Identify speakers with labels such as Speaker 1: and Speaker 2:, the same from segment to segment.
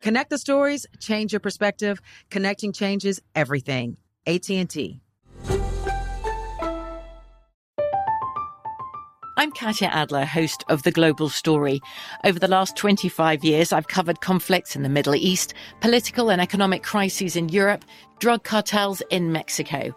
Speaker 1: Connect the stories, change your perspective. Connecting changes everything. AT&T.
Speaker 2: I'm Katya Adler, host of The Global Story. Over the last 25 years, I've covered conflicts in the Middle East, political and economic crises in Europe, drug cartels in Mexico.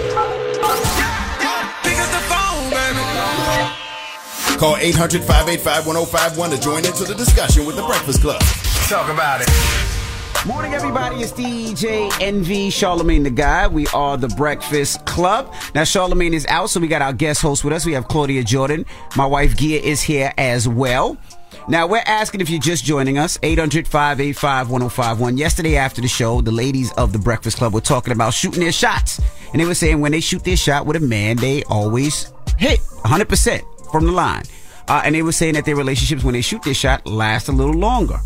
Speaker 3: Call 800 585 1051 to join into the discussion with the Breakfast Club.
Speaker 4: Talk about it.
Speaker 5: Morning, everybody. It's DJ NV Charlemagne the Guy. We are the Breakfast Club. Now, Charlemagne is out, so we got our guest host with us. We have Claudia Jordan. My wife, Gia, is here as well. Now, we're asking if you're just joining us, 800 585 1051. Yesterday after the show, the ladies of the Breakfast Club were talking about shooting their shots. And they were saying when they shoot their shot with a man, they always hit 100% from the line. Uh, and they were saying that their relationships, when they shoot their shot, last a little longer.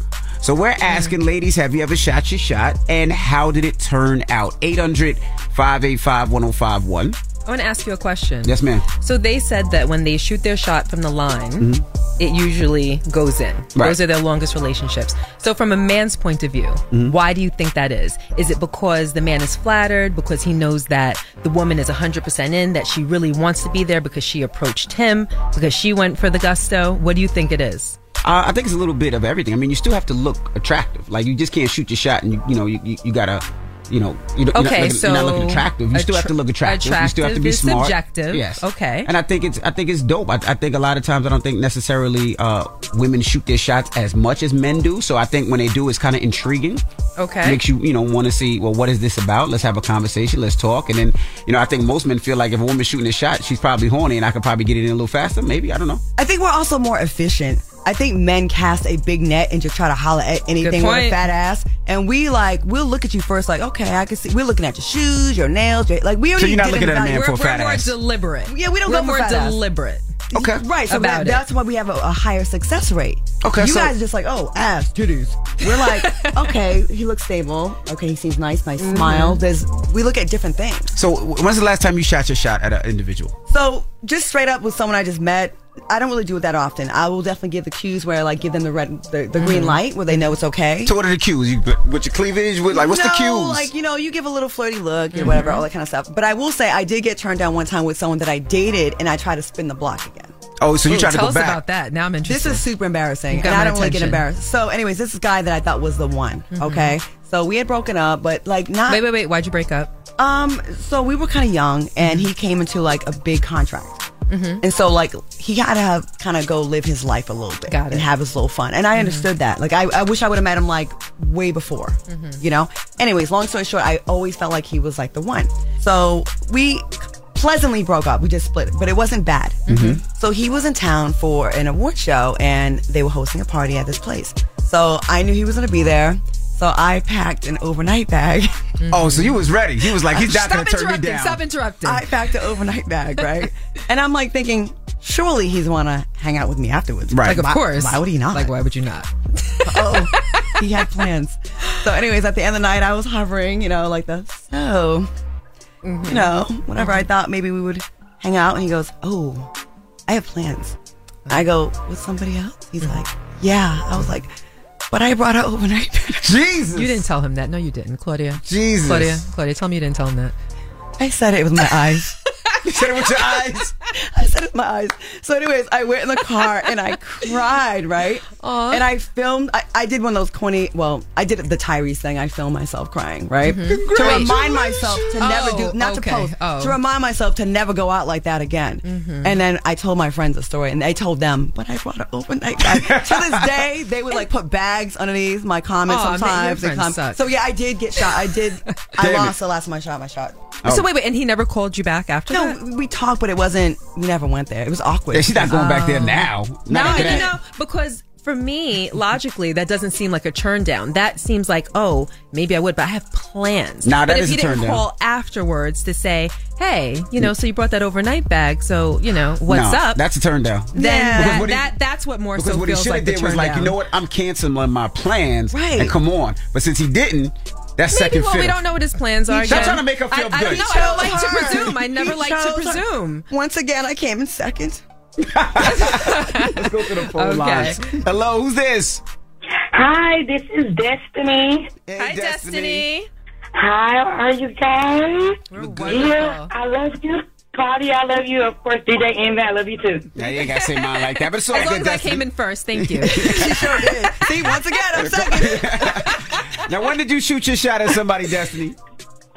Speaker 5: So we're asking, ladies, have you ever shot your shot? And how did it turn out? 800 585 1051.
Speaker 6: I want to ask you a question.
Speaker 5: Yes, ma'am.
Speaker 6: So they said that when they shoot their shot from the line, it usually goes in.
Speaker 5: Right.
Speaker 6: Those are their longest relationships. So from a man's point of view, why do you think that is? Is it because the man is flattered because he knows that the woman is 100% in that she really wants to be there because she approached him, because she went for the gusto? What do you think it is?
Speaker 5: Uh, I think it's a little bit of everything. I mean, you still have to look attractive. Like you just can't shoot your shot, and you, you know you, you, you gotta, you know, you don't,
Speaker 6: Okay,
Speaker 5: you're, not looking, you're not
Speaker 6: so
Speaker 5: looking attractive. You still have to
Speaker 6: attra-
Speaker 5: look attractive. you still have to be
Speaker 6: attractive is
Speaker 5: smart.
Speaker 6: subjective.
Speaker 5: Yes.
Speaker 6: Okay.
Speaker 5: And I think it's I think it's dope. I, I think a lot of times I don't think necessarily uh, women shoot their shots as much as men do. So I think when they do, it's kind of intriguing.
Speaker 6: Okay.
Speaker 5: Makes you you know want to see well what is this about? Let's have a conversation. Let's talk. And then you know I think most men feel like if a woman's shooting a shot, she's probably horny, and I could probably get it in a little faster. Maybe I don't know.
Speaker 7: I think we're also more efficient. I think men cast a big net and just try to holler at anything with a
Speaker 6: point.
Speaker 7: fat ass. And we like, we'll look at you first, like, okay, I can see. We're looking at your shoes, your nails, your, like we already.
Speaker 5: So you're not
Speaker 7: did an
Speaker 5: looking at a man
Speaker 7: evaluation.
Speaker 5: for a
Speaker 6: We're,
Speaker 5: fat
Speaker 6: we're more
Speaker 5: ass.
Speaker 6: deliberate.
Speaker 7: Yeah, we don't
Speaker 6: we're
Speaker 7: go for
Speaker 6: more
Speaker 7: fat ass.
Speaker 6: deliberate.
Speaker 5: Okay.
Speaker 7: Right, so
Speaker 6: about
Speaker 7: that,
Speaker 6: it.
Speaker 7: that's why we have a, a higher success rate.
Speaker 5: Okay,
Speaker 7: you
Speaker 5: so-
Speaker 7: guys are just like, oh, ass, titties. We're like, okay, he looks stable. Okay, he seems nice, nice
Speaker 6: Mm-hmm.
Speaker 7: smile. There's, we look at different things.
Speaker 5: So w- when's the last time you shot your shot at an individual?
Speaker 7: So just straight up with someone I just met, I don't really do it that often. I will definitely give the cues where I like give them the red, the, the
Speaker 5: Mm-hmm.
Speaker 7: green light where they know it's okay.
Speaker 5: So what are the cues? You with your cleavage? With like what's the
Speaker 7: No,
Speaker 5: cues?
Speaker 7: Oh, Like you know, you give a little flirty look, you know, whatever, all that kind of stuff. But I will say, I did get turned down one time with someone that I dated, and I tried to spin the block again.
Speaker 5: Oh, so you
Speaker 6: Ooh,
Speaker 5: trying to
Speaker 6: tell
Speaker 5: go
Speaker 6: us
Speaker 5: back?
Speaker 6: about that. Now I'm interested.
Speaker 7: This is super embarrassing.
Speaker 6: You
Speaker 7: And
Speaker 6: got
Speaker 7: I
Speaker 6: my
Speaker 7: don't really get
Speaker 6: attention.
Speaker 7: embarrassed. Mm-hmm. So, anyways, this is a guy that I thought was the one. Okay. So we had broken up, but like not.
Speaker 6: Wait, wait, wait. Why'd you break up?
Speaker 7: Um, so we were kind of young, and he came into like a big contract,
Speaker 6: Mm-hmm.
Speaker 7: and so like he had to have kind of go live his life a little bit
Speaker 6: Got it. Mm-hmm.
Speaker 7: and have his little fun. And I understood that. Like I, I wish I would have met him like way before,
Speaker 6: Mm-hmm.
Speaker 7: you know. Anyways, long story short, I always felt like he was like the one. So we pleasantly broke up. We just split, but it wasn't bad. So he was in town for an award show, and they were hosting a party at this place. So I knew he was gonna be there. So I packed an overnight bag.
Speaker 5: Oh, so you was ready. He was like, he's not going to turn me down.
Speaker 6: interrupting.
Speaker 7: I packed an overnight bag, right? and I'm like thinking, surely he's want to hang out with me afterwards.
Speaker 5: Right.
Speaker 6: like, of
Speaker 7: Why-
Speaker 6: course.
Speaker 7: Why would he not?
Speaker 6: Like, why would you not?
Speaker 7: oh, he had plans. So, anyways, at the end of the night, I was hovering, you know, like the so, you know, whenever Oh, I thought maybe we would hang out, and he goes, "Oh, I have plans." I go with somebody else. He's like, "Yeah." I was like, "But I brought her overnight." bag."
Speaker 5: Jesus.
Speaker 6: You didn't tell him that. No, you didn't, Claudia.
Speaker 5: Jesus.
Speaker 6: Claudia, Claudia, tell me you didn't tell him that.
Speaker 7: I said it with my eyes.
Speaker 5: You said it with your eyes.
Speaker 7: I said it with my eyes. So, anyways, I went in the car and I cried, right?
Speaker 6: Aw.
Speaker 7: And I filmed. I, I did one of those corny. Well, I did the Tyrese thing. I filmed myself crying, right? To remind myself to never do, not
Speaker 6: okay.
Speaker 7: to post,
Speaker 6: Oh.
Speaker 7: to remind myself to never go out like that again.
Speaker 5: Mm-hmm.
Speaker 7: And then I told my friends the story, and they told them, but I brought an overnight bag. to this day, they would like put bags underneath my comments
Speaker 6: Aw, man, your
Speaker 7: sometimes. and
Speaker 6: friends suck.
Speaker 7: so yeah, I did get shot. I did. I
Speaker 5: Damn it.
Speaker 7: lost the last of my shot. My shot.
Speaker 5: Oh.
Speaker 6: So wait, wait, and he never called you back after
Speaker 7: No,
Speaker 6: that?
Speaker 7: we- we talked, but it wasn't. We never went there. It was awkward.
Speaker 5: Yeah, she's not going back there now. Not
Speaker 6: No,
Speaker 5: after
Speaker 6: and Oh, you
Speaker 5: that.
Speaker 6: know, because for me, logically, that doesn't seem like a turn down. That seems like, oh, maybe I would, but I have plans.
Speaker 5: Nah, that
Speaker 6: but if
Speaker 5: is
Speaker 6: he
Speaker 5: a
Speaker 6: didn't
Speaker 5: turn down.
Speaker 6: call afterwards to say, hey, you know, so you brought that overnight bag, so you know, what's
Speaker 5: No,
Speaker 6: up?
Speaker 5: That's a turn down.
Speaker 6: then
Speaker 5: Because
Speaker 6: that,
Speaker 5: what he-
Speaker 6: that that's what more
Speaker 5: Because
Speaker 6: so
Speaker 5: what he
Speaker 6: feels
Speaker 5: should have
Speaker 6: like the
Speaker 5: did
Speaker 6: turn
Speaker 5: was like,
Speaker 6: down.
Speaker 5: you know what? I'm canceling my plans.
Speaker 7: Right.
Speaker 5: And come on. But since he didn't, that's
Speaker 6: Maybe
Speaker 5: second
Speaker 6: well,
Speaker 5: fiddle.
Speaker 6: we don't know what his plans are.
Speaker 5: He's
Speaker 6: again.
Speaker 5: trying to make her feel
Speaker 6: I, I don't
Speaker 5: good.
Speaker 6: know. I don't like to presume. I never like to presume.
Speaker 7: Once again, I came in second.
Speaker 5: Let's go to the phone
Speaker 6: Okay.
Speaker 5: lines. Hello, who's this?
Speaker 4: Hi, this is Destiny.
Speaker 5: Hey,
Speaker 6: Hi, Destiny.
Speaker 4: How are you guys?
Speaker 6: We're
Speaker 4: Yeah,
Speaker 6: wonderful.
Speaker 4: I love you. Claudia, I love you. Of course, DJ Envy, I love you too.
Speaker 5: Now you ain't got to say mine like that, but it's all
Speaker 6: As long
Speaker 5: good,
Speaker 6: as I
Speaker 5: Destiny.
Speaker 6: came in first, thank you.
Speaker 7: She sure did. See, once again, I'm second.
Speaker 5: Now, when did you shoot your shot at somebody, Destiny?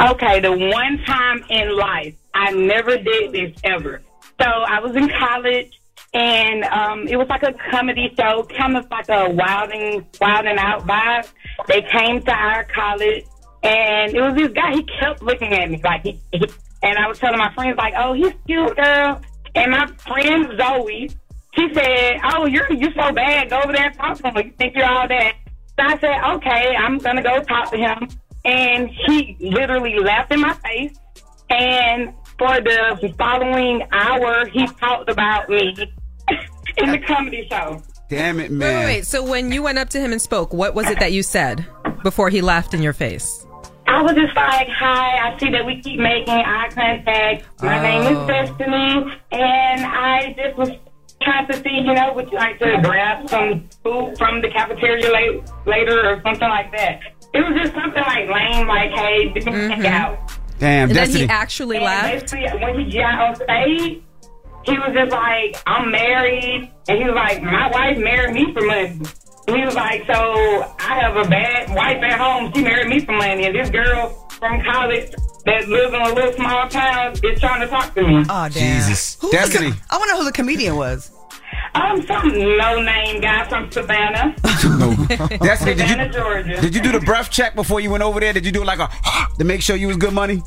Speaker 4: Okay, the one time in life, I never did this ever. So I was in college, and um, it was like a comedy show, kind of like a wilding, wilding out vibe. They came to our college, and it was this guy. He kept looking at me like, he, he, and I was telling my friends like, "Oh, he's cute, girl." And my friend Zoe, she said, "Oh, you're you're so bad. Go over there and talk to him. You think you're all that." So I said, okay, I'm going to go talk to him. And he literally laughed in my face. And for the following hour, he talked about me in the comedy show.
Speaker 5: Damn
Speaker 6: Wait,
Speaker 5: it, man.
Speaker 6: wait, wait. So when you went up to him and spoke, what was it that you said before he laughed in your face?
Speaker 4: I was just like, hi, I see that we keep making eye contact. My name
Speaker 6: Oh.
Speaker 4: is Destiny. And I just was trying to see, you know, would you like to grab some food from the cafeteria late, later or something like that? It was just something like lame, like, hey, we can check out.
Speaker 5: Damn,
Speaker 6: And
Speaker 5: Destiny.
Speaker 6: then he actually
Speaker 4: And
Speaker 6: laughed.
Speaker 4: basically, when he got on stage, he was just like, I'm married. And he was like, my wife married me for money. And he was like, so I have a bad wife at home. She married me for money. And this girl from college that lives in a little small town is trying to talk to me.
Speaker 5: Uh.
Speaker 7: Oh, damn.
Speaker 5: Jesus.
Speaker 7: Who's the co-
Speaker 5: Destiny.
Speaker 7: I want to know who the comedian was.
Speaker 4: I'm some no-name guy from Savannah,
Speaker 5: Destiny, did
Speaker 4: Savannah,
Speaker 5: you,
Speaker 4: Georgia.
Speaker 5: did you do the breath check before you went over there? Did you do like a to make sure you was good money?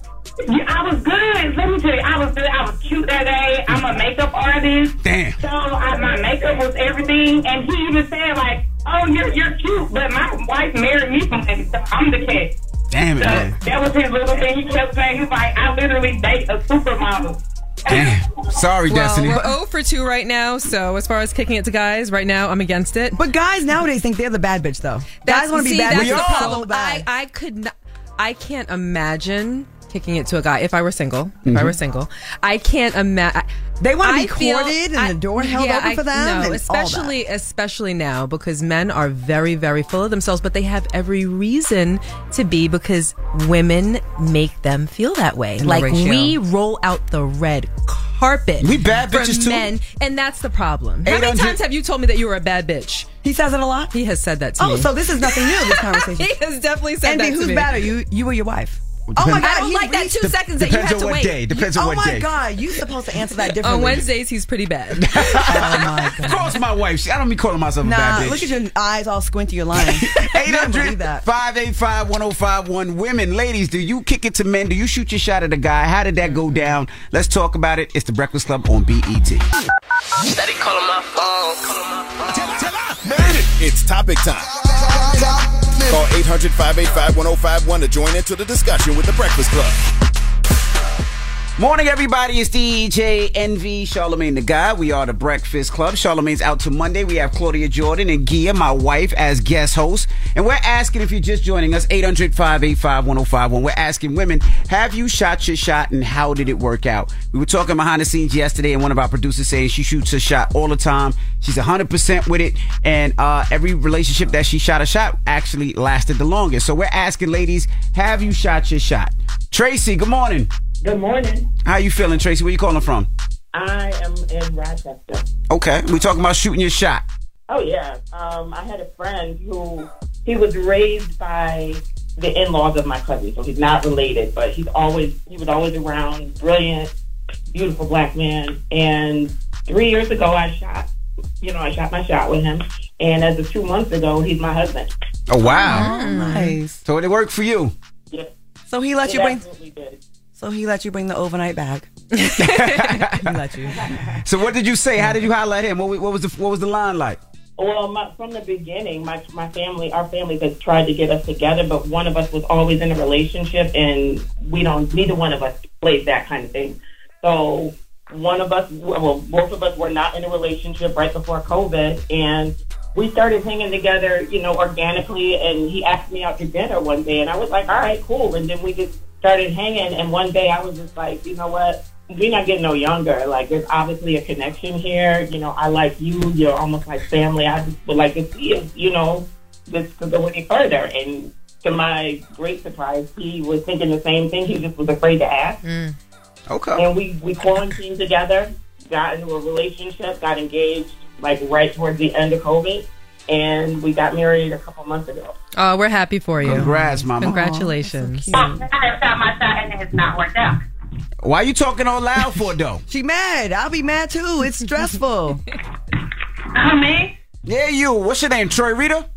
Speaker 4: Yeah, I was good. Let me tell you, I was good. I was cute that day. I'm a makeup artist.
Speaker 5: Damn.
Speaker 4: So Oh, I, my makeup was everything. And he even said like, "Oh, you're you're cute, but my wife married me from so I'm the cat."
Speaker 5: Damn it,
Speaker 4: So
Speaker 5: man.
Speaker 4: that was his little thing. He kept saying, "He's like, I literally date a supermodel."
Speaker 5: Damn. Sorry,
Speaker 6: Well,
Speaker 5: Destiny.
Speaker 6: we're 0 for 2 right now. So as far as kicking it to guys, right now I'm against it.
Speaker 7: But guys nowadays think they're the bad bitch, though. guys want to be
Speaker 6: see,
Speaker 7: bad.
Speaker 6: That's
Speaker 7: bitches
Speaker 6: the
Speaker 7: so
Speaker 6: problem. I,
Speaker 7: bad.
Speaker 6: I could not. I can't imagine kicking it to a guy if I were single. If I were single, I can't imagine.
Speaker 7: They wanna be courted and the door held
Speaker 6: yeah,
Speaker 7: open for them and all
Speaker 6: No,
Speaker 7: that.
Speaker 6: especially especially now because men are very very full of themselves, but they have every reason to be because women make them feel that way. like
Speaker 7: ratio.
Speaker 6: we roll out the red carpet. We
Speaker 5: bad bitches
Speaker 6: for
Speaker 5: too?
Speaker 6: men, and that's the problem. How many
Speaker 5: 800
Speaker 6: times have you told me that you were a bad bitch?
Speaker 7: He says it a lot.
Speaker 6: He has said that to
Speaker 7: Oh,
Speaker 6: me.
Speaker 7: so this is nothing new. This conversation.
Speaker 6: he has definitely said
Speaker 7: and
Speaker 6: that
Speaker 7: who's
Speaker 6: to me.
Speaker 7: better, you you or your wife?
Speaker 6: Oh my God,
Speaker 7: I
Speaker 6: I don't
Speaker 7: he
Speaker 6: like that
Speaker 7: reached-
Speaker 6: two Dep- seconds that you depends had on to what wait. day. Depends on
Speaker 7: oh
Speaker 5: what
Speaker 7: my
Speaker 5: day.
Speaker 7: God, you supposed to answer that differently.
Speaker 6: On Wednesdays, he's pretty bad. oh
Speaker 5: Cross my wife. She- I don't be calling myself a
Speaker 7: Nah,
Speaker 5: bad bitch.
Speaker 7: look at your eyes all squinty. You're lying. Never believe that.
Speaker 5: 800-585-1051. Women, ladies, do you kick it to men? Do you shoot your shot at a guy? How did that go down? Let's talk about it. It's the Breakfast Club on E BET.
Speaker 4: Daddy calling my phone. Calling my phone.
Speaker 3: It's topic time. Call 800 585 1051 to join into the discussion with the Breakfast Club.
Speaker 5: Morning, everybody. It's DJ NV, Charlemagne the Guy. We are the Breakfast Club. Charlemagne's out to Monday. We have Claudia Jordan and Gia, my wife, as guest hosts. And we're asking if you're just joining us, 800 585 1051. We're asking women, have you shot your shot and how did it work out? We were talking behind the scenes yesterday, and one of our producers saying she shoots her shot all the time. She's 100% with it. And uh, every relationship that she shot a shot actually lasted the longest. So we're asking, ladies, have you shot your shot? Tracy, good morning.
Speaker 8: Good morning.
Speaker 5: How you feeling, Tracy? Where you calling from?
Speaker 8: I am in Rochester.
Speaker 5: Okay, we talking about shooting your shot.
Speaker 8: Oh yeah. Um, I had a friend who he was raised by the in-laws of my cousin, so he's not related, but he's always he was always around, brilliant, beautiful black man. And three years ago, I shot. You know, I shot my shot with him, and as of two months ago, he's my husband.
Speaker 5: Oh wow,
Speaker 7: nice.
Speaker 5: So it worked for you.
Speaker 7: So he let
Speaker 8: It
Speaker 7: you bring.
Speaker 8: absolutely did.
Speaker 7: So he let you bring the overnight bag. he let you.
Speaker 5: So what did you say? How did you holler at him? What, wa- what was the what was the line like?
Speaker 8: Well, my, from the beginning, my my family, our families had tried to get us together, but one of us was always in a relationship, and we don't. Neither one of us played that kind of thing. So one of us, well, both of us were not in a relationship right before COVID, and we started hanging together, you know, organically. And he asked me out to dinner one day, and I was like, "All right, cool." And then we just started hanging. And one day, I was just like, "You know what?" we're not getting no younger. Like, there's obviously a connection here. You know, I like you. You're almost like family. I just would like to see if, you know, this could go any further. And to my great surprise, he was thinking the same thing. He just was afraid to ask.
Speaker 5: Okay.
Speaker 8: And we, we quarantined together, got into a relationship, got engaged, like, right towards the end of COVID. And we got married a couple months ago.
Speaker 6: Oh, we're happy for you.
Speaker 5: Congrats, mama.
Speaker 6: Congratulations.
Speaker 9: I have shot my shot and it has not worked out.
Speaker 5: Why you talking all loud for though?
Speaker 7: She mad. I'll be mad too. It's stressful.
Speaker 9: I mean,
Speaker 5: yeah, you. What's your name? Troy Rita.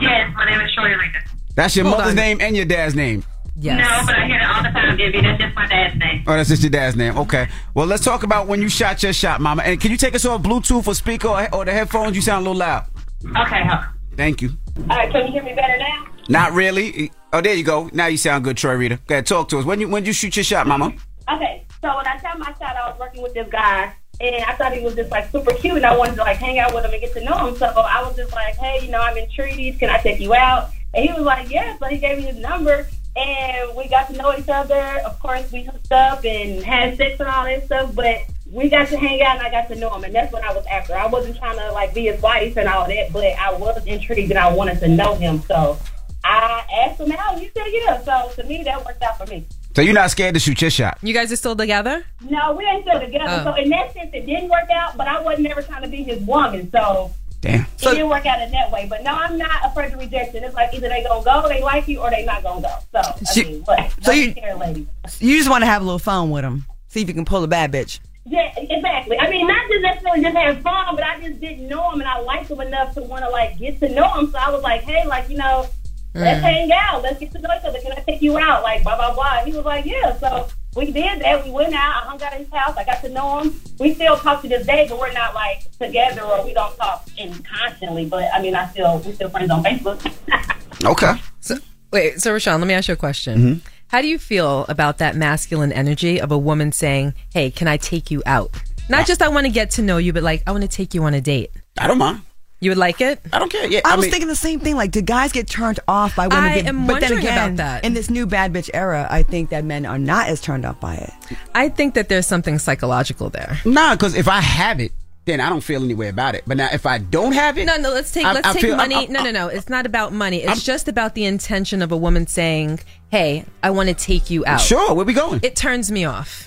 Speaker 9: yes, my name is Shorty Rita.
Speaker 5: That's your
Speaker 9: Hold
Speaker 5: mother's
Speaker 9: on.
Speaker 5: name and your dad's name.
Speaker 9: No, but I hear it all the time, Gibby. That's just my dad's name.
Speaker 5: Oh, that's just your dad's name. Okay. Well, let's talk about when you shot your shot, mama. And can you take us off Bluetooth or speaker or, or the headphones? You sound a little loud.
Speaker 9: Okay, hold on.
Speaker 5: Thank you.
Speaker 9: All right, can you hear me better now?
Speaker 5: Not really. Oh, there you go. Now you sound good, Troy Rita. Go ahead, talk to us. When you when you shoot your shot, mama?
Speaker 9: Okay, so when I shot my shot, I was working with this guy, and I thought he was just like super cute, and I wanted to like hang out with him and get to know him. So I was just like, hey, you know, I'm in treaties. Can I check you out? And he was like, yeah. So he gave me his number, and we got to know each other. Of course, we hooked up and had sex and all that stuff, but we got to hang out, and I got to know him, and that's what I was after. I wasn't trying to like be his wife and all that, but I was intrigued and I wanted to know him. So I asked him out. He said, yeah. So to me, that worked out for me.
Speaker 5: So you're not scared to shoot your shot.
Speaker 6: You guys are still together?
Speaker 9: No, we ain't still together.
Speaker 6: Oh.
Speaker 9: So in that sense, it didn't work out. But I wasn't ever trying to be his woman, so
Speaker 5: Damn.
Speaker 9: it didn't work out in that way. But no, I'm not afraid of rejection. It's like either they gonna go, they like you, or they not gonna go. So I mean, what?
Speaker 7: so
Speaker 9: Don't
Speaker 7: you-
Speaker 9: care, lady.
Speaker 7: You just want to have a little fun with him. See if you can pull a bad bitch.
Speaker 9: Yeah, exactly. I mean, not just necessarily just have fun, but I just didn't know him, and I liked him enough to want to like get to know him. So I was like, hey, like you know, let's
Speaker 10: Mm.
Speaker 9: hang out, let's get to know each other. Can I take you out? Like blah blah blah. And he was like, yeah. So we did that. We went out. I hung out at his house. I got to know him. We still talk to this day, but we're not like together or we don't talk in constantly. But I mean, I still we still friends on Facebook.
Speaker 5: Okay.
Speaker 6: So, wait, so Rashawn, let me ask you a question.
Speaker 7: Mm-hmm.
Speaker 6: How do you feel about that masculine energy of a woman saying, "Hey, can I take you out?" Not just I want to get to know you, but like I want to take you on a date.
Speaker 5: I don't mind.
Speaker 6: You would like it?
Speaker 5: I don't care.
Speaker 7: I, was thinking the same thing. Like, did guys get turned off by women?
Speaker 6: I
Speaker 7: get-
Speaker 6: am
Speaker 7: but then
Speaker 6: wondering
Speaker 7: again,
Speaker 6: about that.
Speaker 7: in this new bad bitch era, I think that men are not as turned off by it.
Speaker 6: I think that there's something psychological there.
Speaker 5: Nah, because if I have it, then I don't feel any way about it. But now if I don't have it,
Speaker 6: No, no, let's take
Speaker 5: I-
Speaker 6: let's
Speaker 5: I
Speaker 6: take
Speaker 5: feel-
Speaker 6: money.
Speaker 5: I- I-
Speaker 6: no, no, no. It's not about money. It's just about the intention of a woman saying, "Hey, I want to take you out."
Speaker 5: Sure, where we going?
Speaker 6: It turns me off.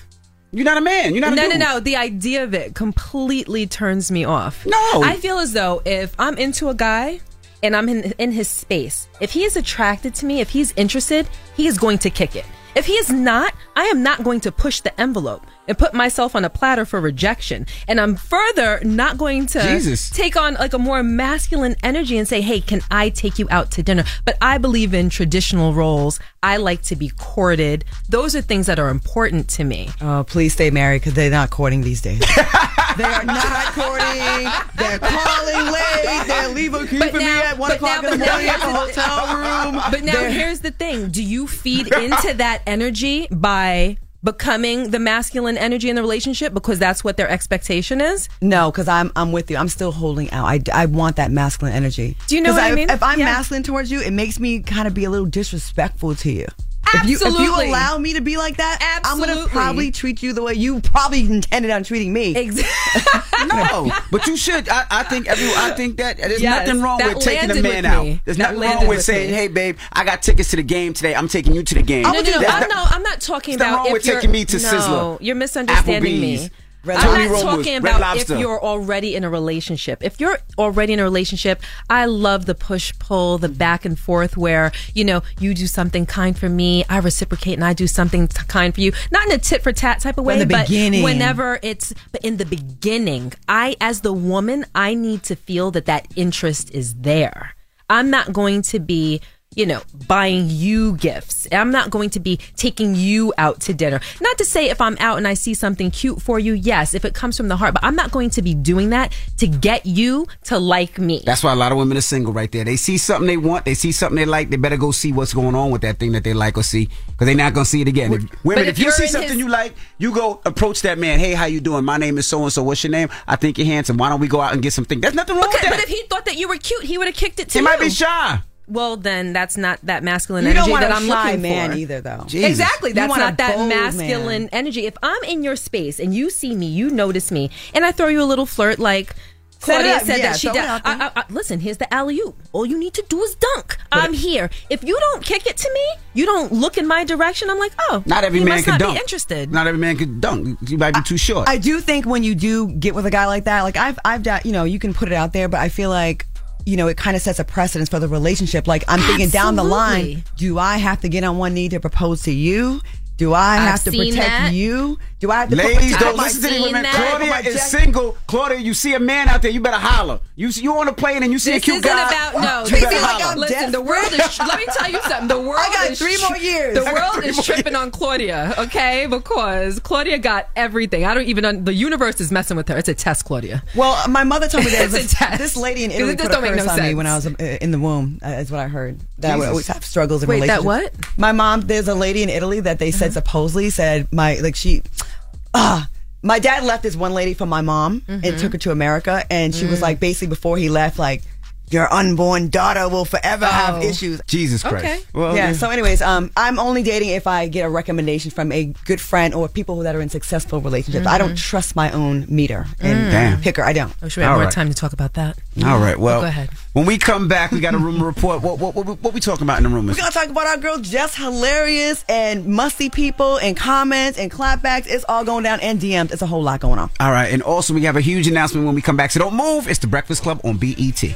Speaker 5: You're not a man. You're not.
Speaker 6: no,
Speaker 5: a dude.
Speaker 6: no, no. The idea of it completely turns me off.
Speaker 5: No.
Speaker 6: I feel as though if I'm into a guy and I'm in, in his space, if he is attracted to me, if he's interested, he is going to kick it. If he is not, I am not going to push the envelope and put myself on a platter for rejection. And I'm further not going to
Speaker 5: Jesus.
Speaker 6: take on like a more masculine energy and say, hey, can I take you out to dinner? But I believe in traditional roles. I like to be courted. Those are things that are important to me.
Speaker 7: Oh, please stay married because they're not courting these days.
Speaker 6: They are not courting. They're calling late. They're leaving
Speaker 7: keeping me at one o'clock in the morning at the hotel room.
Speaker 6: But now
Speaker 7: They're-
Speaker 6: here's the thing: Do you feed into that energy by becoming the masculine energy in the relationship because that's what their expectation is?
Speaker 7: No, because I'm I'm with you. I'm still holding out. I, I want that masculine energy.
Speaker 6: Do you know
Speaker 7: 'Cause
Speaker 6: what I mean?
Speaker 7: If I'm
Speaker 6: Yeah.
Speaker 7: masculine towards you, it makes me kind of be a little disrespectful to you. If you, if you
Speaker 6: Absolutely.
Speaker 7: allow me to be like that, I'm gonna
Speaker 6: Absolutely.
Speaker 7: probably treat you the way you probably intended on treating me.
Speaker 6: Exactly.
Speaker 5: No, but you should. I, I think everyone. I think that there's
Speaker 7: Yes,
Speaker 5: nothing wrong
Speaker 7: that
Speaker 5: with taking a
Speaker 7: landed
Speaker 5: man
Speaker 7: with
Speaker 5: out.
Speaker 7: me.
Speaker 5: There's
Speaker 7: That
Speaker 5: nothing wrong
Speaker 7: landed
Speaker 5: with
Speaker 7: with
Speaker 5: saying,
Speaker 7: me.
Speaker 5: "Hey, babe, I got tickets to the game today. I'm taking you to the game."
Speaker 6: No, no, no.
Speaker 5: That's
Speaker 6: I'm
Speaker 5: not-
Speaker 6: not, I'm not talking
Speaker 5: What's
Speaker 6: about
Speaker 5: wrong
Speaker 6: if
Speaker 5: with
Speaker 6: you're,
Speaker 5: taking me to
Speaker 6: no,
Speaker 5: Sizzler,
Speaker 6: You're misunderstanding
Speaker 5: Applebee's,
Speaker 6: me.
Speaker 5: Red
Speaker 6: I'm
Speaker 5: Lobster.
Speaker 6: not talking
Speaker 5: Red
Speaker 6: about if
Speaker 5: Lobster.
Speaker 6: you're already in a relationship. If you're already in a relationship, I love the push pull,
Speaker 7: Mm-hmm.
Speaker 6: the back and forth where, you know, you do something kind for me, I reciprocate and I do something t- kind for you. Not in a tit for tat type of way,
Speaker 7: From the
Speaker 6: but
Speaker 7: beginning.
Speaker 6: whenever it's but in the beginning, I as the woman, I need to feel that that interest is there. I'm not going to be, you know, buying you gifts. I'm not going to be taking you out to dinner. Not to say if I'm out and I see something cute for you, yes, if it comes from the heart, but I'm not going to be doing that to get you to like me.
Speaker 5: That's why a lot of women are single right there. They see something they want, they see something they like, they better go see what's going on with that thing that they like or see because they're not going to see it again. If- women,
Speaker 6: but
Speaker 5: if,
Speaker 6: if
Speaker 5: you
Speaker 6: you're
Speaker 5: see
Speaker 6: in
Speaker 5: something
Speaker 6: his-
Speaker 5: you like, you go approach that man. Hey, how you doing? My name is so and so. What's your name? I think you're handsome. Why don't we go out and get something? There's nothing wrong
Speaker 6: Okay,
Speaker 5: with
Speaker 6: but if
Speaker 5: that.
Speaker 6: he thought that you were cute, he would have kicked it to
Speaker 5: he
Speaker 6: you.
Speaker 5: might be shy.
Speaker 6: Well, then that's not that masculine
Speaker 7: You don't
Speaker 6: energy
Speaker 7: want
Speaker 6: that
Speaker 7: a
Speaker 6: I'm
Speaker 7: shy
Speaker 6: looking
Speaker 7: man
Speaker 6: for.
Speaker 7: either, though.
Speaker 5: Jesus.
Speaker 6: Exactly.
Speaker 7: You
Speaker 6: That's
Speaker 7: want a
Speaker 6: not that
Speaker 7: bold
Speaker 6: masculine
Speaker 7: man.
Speaker 6: energy. If I'm in your space and you see me, you notice me, and I throw you a little flirt like
Speaker 7: Set it
Speaker 6: Claudia
Speaker 7: up.
Speaker 6: said
Speaker 7: Yeah,
Speaker 6: that she
Speaker 7: throw it
Speaker 6: does.
Speaker 7: out
Speaker 6: I, I, I, listen, here's the alley oop. All you need to do is dunk. I'm here. If you don't kick it to me, you don't look in my direction. I'm like, oh,
Speaker 5: Not every
Speaker 6: you
Speaker 5: man
Speaker 6: must
Speaker 5: can
Speaker 6: not
Speaker 5: dunk.
Speaker 6: Be interested.
Speaker 5: Not every man can dunk. You might be too short.
Speaker 7: I do think when you do get with a guy like that, like I've, I've, da- you know, you can put it out there, but I feel like, you know, it kind of sets a precedence for the relationship. Like I'm thinking down the line,
Speaker 6: Absolutely.
Speaker 7: do I have to get on one knee to propose to you? Do I
Speaker 6: I've
Speaker 7: have to
Speaker 6: seen
Speaker 7: protect
Speaker 6: that.
Speaker 7: you? Do I have to? put
Speaker 5: Ladies,
Speaker 7: my-
Speaker 5: don't
Speaker 7: my-
Speaker 5: listen to these
Speaker 6: seen
Speaker 5: women.
Speaker 6: that.
Speaker 5: Claudia
Speaker 7: Put my
Speaker 5: is
Speaker 7: jacket-
Speaker 5: single. Claudia, you see a man out there, you better holler. You see, you on a plane and you see
Speaker 6: This
Speaker 5: a cute
Speaker 6: isn't
Speaker 5: guy.
Speaker 6: about no.
Speaker 5: you
Speaker 6: This
Speaker 5: better
Speaker 6: is like
Speaker 5: holler.
Speaker 7: I'm
Speaker 6: listen.
Speaker 7: deaf.
Speaker 6: The world is. Let me tell you something. The world.
Speaker 7: I got
Speaker 6: is
Speaker 7: three more years.
Speaker 6: The
Speaker 7: I got
Speaker 6: world
Speaker 7: three
Speaker 6: is
Speaker 7: more
Speaker 6: tripping on Claudia. Okay, because Claudia got everything. I don't even. Un- the universe is messing with her. It's a test, Claudia.
Speaker 7: Well, my mother told me that
Speaker 6: It's a
Speaker 7: this,
Speaker 6: test.
Speaker 7: this lady in
Speaker 6: 'Cause
Speaker 7: Italy
Speaker 6: it just
Speaker 7: put a
Speaker 6: don't make
Speaker 7: curse
Speaker 6: no
Speaker 7: on me
Speaker 6: sense.
Speaker 7: when I was uh, in the womb. Uh, is what I heard. That I would
Speaker 5: Jesus.
Speaker 7: always have struggles in
Speaker 6: Wait, that
Speaker 7: relationships.
Speaker 6: what? Uh-huh.
Speaker 7: My mom. There's a lady in Italy that they said supposedly said my like she. Ah, my dad left this one lady for my mom
Speaker 6: Mm-hmm.
Speaker 7: and took her to America, and she
Speaker 6: Mm.
Speaker 7: was like basically before he left like. Your unborn daughter will forever have
Speaker 6: Oh.
Speaker 7: issues.
Speaker 5: Jesus Christ.
Speaker 6: Okay.
Speaker 5: Well,
Speaker 7: yeah. So, anyways, um, I'm only dating if I get a recommendation from a good friend or people that are in successful relationships. I don't
Speaker 6: Mm-hmm.
Speaker 7: trust my own meter and
Speaker 5: Damn.
Speaker 7: picker. I don't.
Speaker 6: I wish Mm. Oh, we had
Speaker 5: All
Speaker 6: more
Speaker 5: right.
Speaker 6: time to talk about that.
Speaker 5: All right. Well,
Speaker 6: Go ahead.
Speaker 5: when we come back, we got a rumor report. What what what, what we talking about in the rumors?
Speaker 7: We're gonna talk about our girl Jess hilarious and musty people and comments and clapbacks. It's all going down and DMs. It's a whole lot going on.
Speaker 5: All right. And also, we have a huge announcement when we come back. So don't move. It's the Breakfast Club on E BET.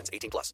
Speaker 11: 18 plus.